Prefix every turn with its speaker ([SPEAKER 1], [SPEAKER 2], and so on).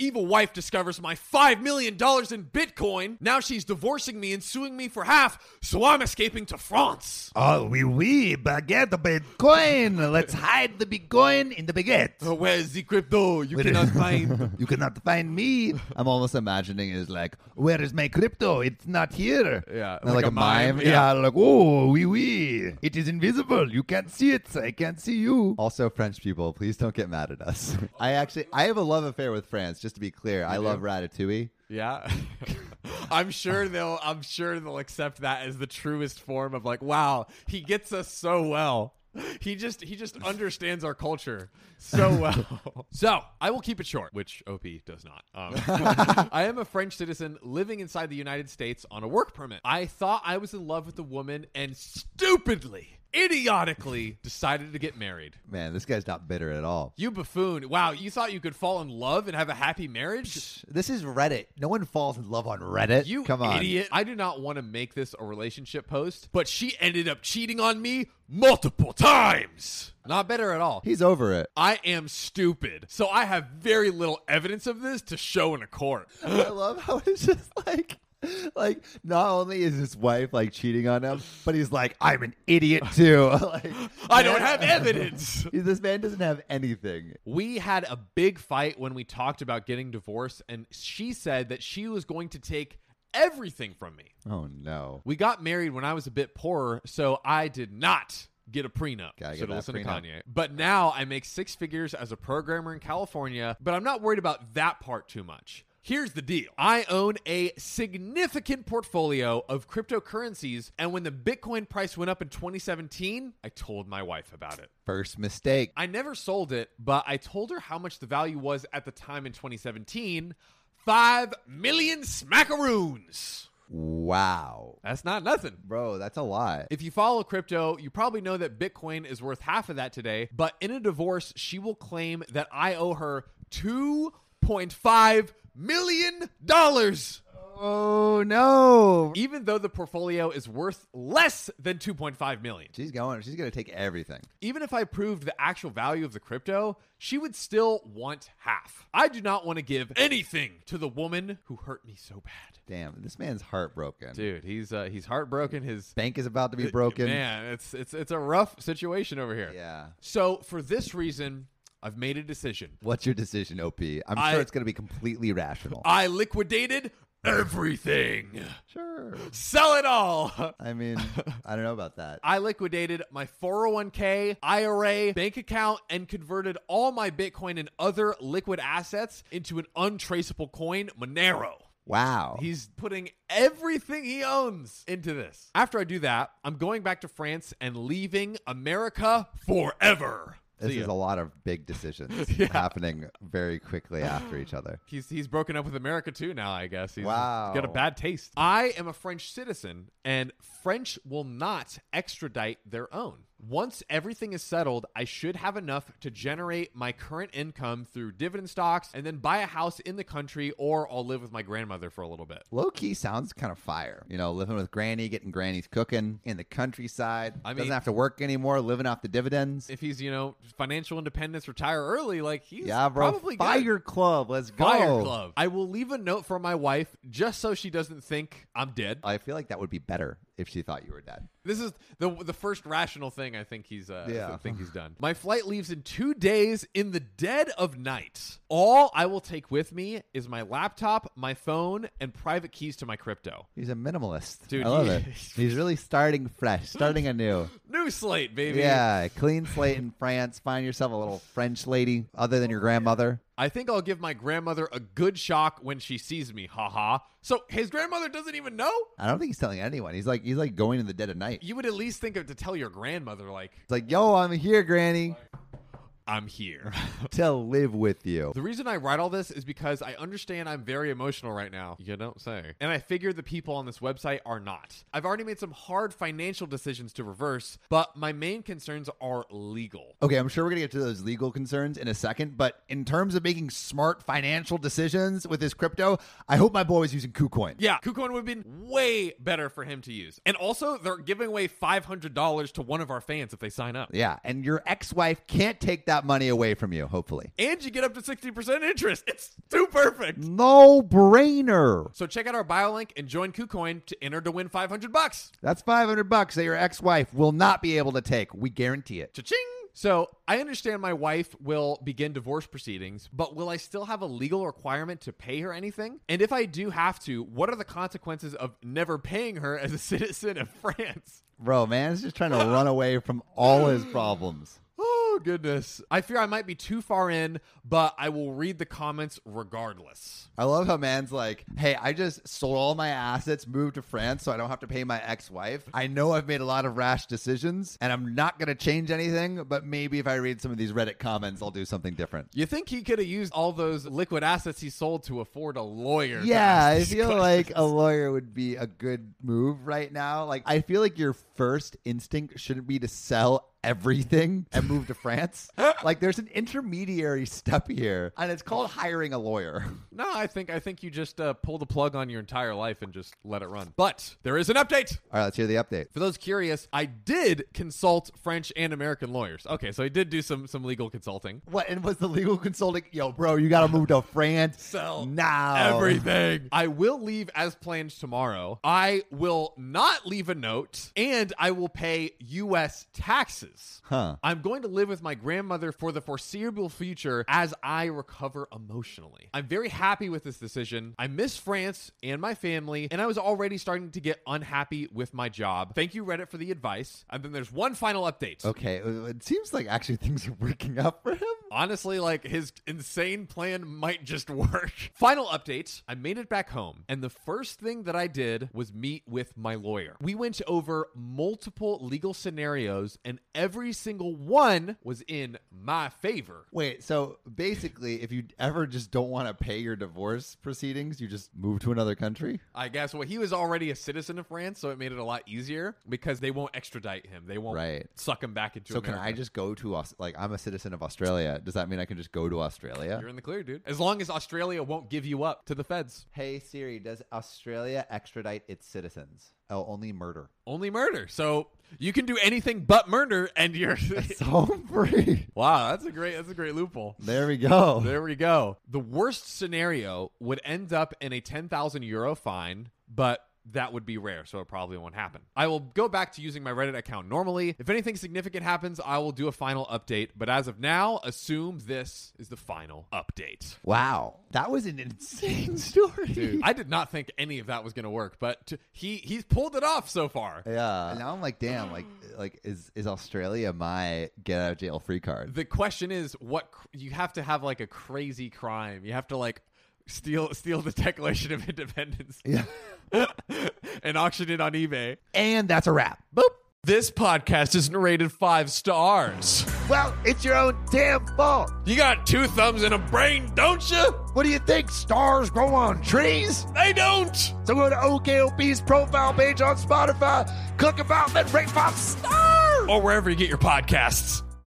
[SPEAKER 1] Evil wife discovers my $5 million in Bitcoin. Now she's divorcing me and suing me for half, so I'm escaping to France.
[SPEAKER 2] Oh, oui, oui, baguette, Bitcoin. Let's hide the Bitcoin in the baguette.
[SPEAKER 1] where's the crypto? You cannot find.
[SPEAKER 2] You cannot find me. I'm almost imagining is like, where is my crypto? It's not here.
[SPEAKER 1] Yeah,
[SPEAKER 2] And like, a mime. Yeah.
[SPEAKER 1] yeah.
[SPEAKER 2] like oh, oui, oui. It is invisible. You can't see it. I can't see you.
[SPEAKER 3] Also, French people, please don't get mad at us. I actually, I have a love affair with France. Just to be clear, I love Ratatouille.
[SPEAKER 1] Yeah. I'm sure they'll I'm sure they'll accept that as the truest form of like, wow, he gets us so well. He just he just understands our culture so well. so I will keep it short, which OP does not. Um, I am a French citizen living inside the United States on a work permit. I thought I was in love with a woman and stupidly, idiotically decided to get married.
[SPEAKER 3] Man, this guy's not bitter at all.
[SPEAKER 1] You buffoon! Wow, you thought you could fall in love and have a happy marriage?
[SPEAKER 3] This is Reddit. No one falls in love on Reddit.
[SPEAKER 1] You
[SPEAKER 3] Come on.
[SPEAKER 1] idiot. I do not want to make this a relationship post, but she ended up cheating on me multiple times. Not better at all.
[SPEAKER 3] He's over it.
[SPEAKER 1] I am stupid. So I have very little evidence of this to show in a court.
[SPEAKER 3] I love how it's just like, like not only is his wife like cheating on him, but he's like, I'm an idiot too. like,
[SPEAKER 1] I don't have evidence.
[SPEAKER 3] this man doesn't have anything.
[SPEAKER 1] We had a big fight when we talked about getting divorced, and she said that she was going to take everything from me.
[SPEAKER 3] Oh no.
[SPEAKER 1] We got married when I was a bit poorer, so I did not get a prenup.
[SPEAKER 3] Gotta
[SPEAKER 1] so
[SPEAKER 3] get
[SPEAKER 1] to
[SPEAKER 3] that
[SPEAKER 1] listen to
[SPEAKER 3] prenup.
[SPEAKER 1] Kanye. But now I make six figures as a programmer in California, but I'm not worried about that part too much. Here's the deal. I own a significant portfolio of cryptocurrencies, and when the Bitcoin price went up in 2017, I told my wife about it.
[SPEAKER 3] First mistake.
[SPEAKER 1] I never sold it, but I told her how much the value was at the time in 2017 5 million smackaroons.
[SPEAKER 3] Wow.
[SPEAKER 1] That's not nothing.
[SPEAKER 3] Bro, that's a lot.
[SPEAKER 1] If you follow crypto, you probably know that Bitcoin is worth half of that today. But in a divorce, she will claim that I owe her $2.5 million,
[SPEAKER 3] Oh no.
[SPEAKER 1] even though the portfolio is worth less than $2.5 million.
[SPEAKER 3] She's going. She's going to take everything.
[SPEAKER 1] Even if I proved the actual value of the crypto, she would still want half. I do not want to give anything to the woman who hurt me so bad.
[SPEAKER 3] Damn, this man's heartbroken.
[SPEAKER 1] Dude, he's uh, he's heartbroken. His
[SPEAKER 3] Bank is about to be broken.
[SPEAKER 1] man, it's it's it's a rough situation over here.
[SPEAKER 3] Yeah.
[SPEAKER 1] So for this reason, I've made a decision.
[SPEAKER 3] What's your decision, OP? I'm
[SPEAKER 1] I-
[SPEAKER 3] sure it's going to be completely rational.
[SPEAKER 1] I liquidated everything.
[SPEAKER 3] sure.
[SPEAKER 1] Sell it all.
[SPEAKER 3] I mean, I don't know about that.
[SPEAKER 1] I liquidated my 401k, IRA, bank account, and converted all my Bitcoin and other liquid assets into an untraceable coin, Monero.
[SPEAKER 3] Wow.
[SPEAKER 1] He's putting everything he owns into this. After I do that, I'm going back to France and leaving America forever.
[SPEAKER 3] this
[SPEAKER 1] See ya.
[SPEAKER 3] is a lot of big decisions
[SPEAKER 1] Yeah.
[SPEAKER 3] happening very quickly after each other.
[SPEAKER 1] He's he's broken up with America too now, I guess. He's,
[SPEAKER 3] Wow.
[SPEAKER 1] he's got a bad taste. I am a French citizen, and French will not extradite their own. Once everything is settled, I should have enough to generate my current income through dividend stocks and then buy a house in the country, or I'll live with my grandmother for a little bit.
[SPEAKER 3] Low key sounds kind of fire. You know, living with granny, getting granny's cooking in the countryside.
[SPEAKER 1] I mean-
[SPEAKER 3] doesn't have to work anymore, living off the dividends.
[SPEAKER 1] If he's, you know, financial independence, retire early, like he's
[SPEAKER 3] yeah, bro.
[SPEAKER 1] probably good.
[SPEAKER 3] Fire Club. Let's go.
[SPEAKER 1] Fire Club. I will leave a note for my wife just so she doesn't think I'm dead.
[SPEAKER 3] I feel like that would be better if she thought you were dead.
[SPEAKER 1] This is the the first rational thing I think he's uh,
[SPEAKER 3] Yeah.
[SPEAKER 1] I think he's done. My flight leaves in two days in the dead of night. All I will take with me is my laptop, my phone, and private keys to my crypto.
[SPEAKER 3] He's a minimalist.
[SPEAKER 1] Dude,
[SPEAKER 3] I love
[SPEAKER 1] he-
[SPEAKER 3] it. He's really starting fresh, starting anew.
[SPEAKER 1] New slate, baby.
[SPEAKER 3] yeah, clean slate in France. Find yourself a little French lady other than your grandmother.
[SPEAKER 1] I think I'll give my grandmother a good shock when she sees me. Haha. So his grandmother doesn't even know.
[SPEAKER 3] I don't think he's telling anyone. He's like he's like going in the dead of night. It's
[SPEAKER 1] You would at least think of to tell your grandmother like
[SPEAKER 3] like, yo, I'm here, Granny,
[SPEAKER 1] I'm here.
[SPEAKER 3] to live with you.
[SPEAKER 1] The reason I write all this is because I understand I'm very emotional right now. You don't say. And I figure the people on this website are not. I've already made some hard financial decisions to reverse, but my main concerns are legal.
[SPEAKER 3] Okay, I'm sure we're gonna get to those legal concerns in a second, but in terms of making smart financial decisions with his crypto, I hope my boy was using KuCoin.
[SPEAKER 1] Yeah, KuCoin would have been way better for him to use. And also, they're giving away $500 to one of our fans if they sign up.
[SPEAKER 3] Yeah, and your ex-wife can't take that that money away from you, hopefully.
[SPEAKER 1] and you get up to 60% interest. It's too perfect.
[SPEAKER 3] No brainer.
[SPEAKER 1] So check out our bio link and join KuCoin to enter to win 500 bucks.
[SPEAKER 3] That's 500 bucks that your ex wife will not be able to take. We guarantee it.
[SPEAKER 1] Cha-ching! So I understand my wife will begin divorce proceedings, but will I still have a legal requirement to pay her anything? And if I do have to, what are the consequences of never paying her as a citizen of France?
[SPEAKER 3] Bro, man, is just trying to run away from all his problems.
[SPEAKER 1] Oh, goodness. I fear I might be too far in, but I will read the comments regardless.
[SPEAKER 3] I love how man's like, hey, I just sold all my assets, moved to France so I don't have to pay my ex wife. I know I've made a lot of rash decisions and I'm not going to change anything, but maybe if I read some of these Reddit comments, I'll do something different.
[SPEAKER 1] You think he could have used all those liquid assets he sold to afford a lawyer? to
[SPEAKER 3] Yeah,
[SPEAKER 1] ask
[SPEAKER 3] I
[SPEAKER 1] these
[SPEAKER 3] feel
[SPEAKER 1] questions?
[SPEAKER 3] like a lawyer would be a good move right now. Like, I feel like your first instinct shouldn't be to sell everything and move to France. like, there's an intermediary step here, and it's called hiring a lawyer.
[SPEAKER 1] No, I think I think you just uh, pull the plug on your entire life and just let it run. But there is an update.
[SPEAKER 3] All right, let's hear the update.
[SPEAKER 1] For those curious, I did consult French and American lawyers. Okay, so I did do some some legal consulting.
[SPEAKER 3] What and was the legal consulting? Yo, bro, you gotta move to France.
[SPEAKER 1] Sell
[SPEAKER 3] now.
[SPEAKER 1] Everything. I will leave as planned tomorrow. I will not leave a note, and I will pay U.S. taxes.
[SPEAKER 3] Huh.
[SPEAKER 1] I'm going to live with my grandmother for the foreseeable future as I recover emotionally. I'm very happy with this decision. I miss France and my family, and I was already starting to get unhappy with my job. Thank you, Reddit, for the advice. And then there's one final update.
[SPEAKER 3] Okay, it it seems like actually things are working out for him.
[SPEAKER 1] Honestly, like his insane plan might just work. Final update I made it back home, and the first thing that I did was meet with my lawyer. We went over multiple legal scenarios, and every single one was in my favor.
[SPEAKER 3] Wait, so basically, if you ever just don't want to pay your divorce proceedings, you just move to another country.
[SPEAKER 1] I guess well, he was already a citizen of France, so it made it a lot easier because they won't extradite him. They won't
[SPEAKER 3] Right.
[SPEAKER 1] suck him back into
[SPEAKER 3] So
[SPEAKER 1] America.
[SPEAKER 3] can I just go to Aus- like I'm a citizen of Australia? Does that mean I can just go to Australia?
[SPEAKER 1] You're in the clear, dude. As long as Australia won't give you up to the feds.
[SPEAKER 3] Hey Siri, does Australia extradite its citizens? Oh, only murder.
[SPEAKER 1] Only murder. So you can do anything but murder and you're
[SPEAKER 3] So free.
[SPEAKER 1] Wow, that's a great that's a great loophole.
[SPEAKER 3] There we go.
[SPEAKER 1] There we go. The worst scenario would end up in a 10,000 euro fine, but that would be rare, so it probably won't happen. I will go back to using my Reddit account normally. If anything significant happens, I will do a final update, but as of now, assume this is the final update.
[SPEAKER 3] Wow, that was an insane story.
[SPEAKER 1] I did not think any of that was going to work, but t- he he's pulled it off so far.
[SPEAKER 3] Yeah. now I'm like, damn, like, like is is Australia my get out of jail free card?
[SPEAKER 1] The question is what cr- you have to have like a crazy crime. You have to like steal steal the Declaration of Independence.
[SPEAKER 3] Yeah.
[SPEAKER 1] and auction it on eBay.
[SPEAKER 3] And that's a wrap.
[SPEAKER 1] Boop. This podcast isn't rated five stars.
[SPEAKER 2] Well, it's your own damn fault.
[SPEAKER 1] You got two thumbs and a brain, don't you?
[SPEAKER 2] What do you think? Stars grow on trees?
[SPEAKER 1] They don't.
[SPEAKER 2] So go to OKOP's profile page on Spotify, click about, then rate five stars.
[SPEAKER 1] Or wherever you get your podcasts.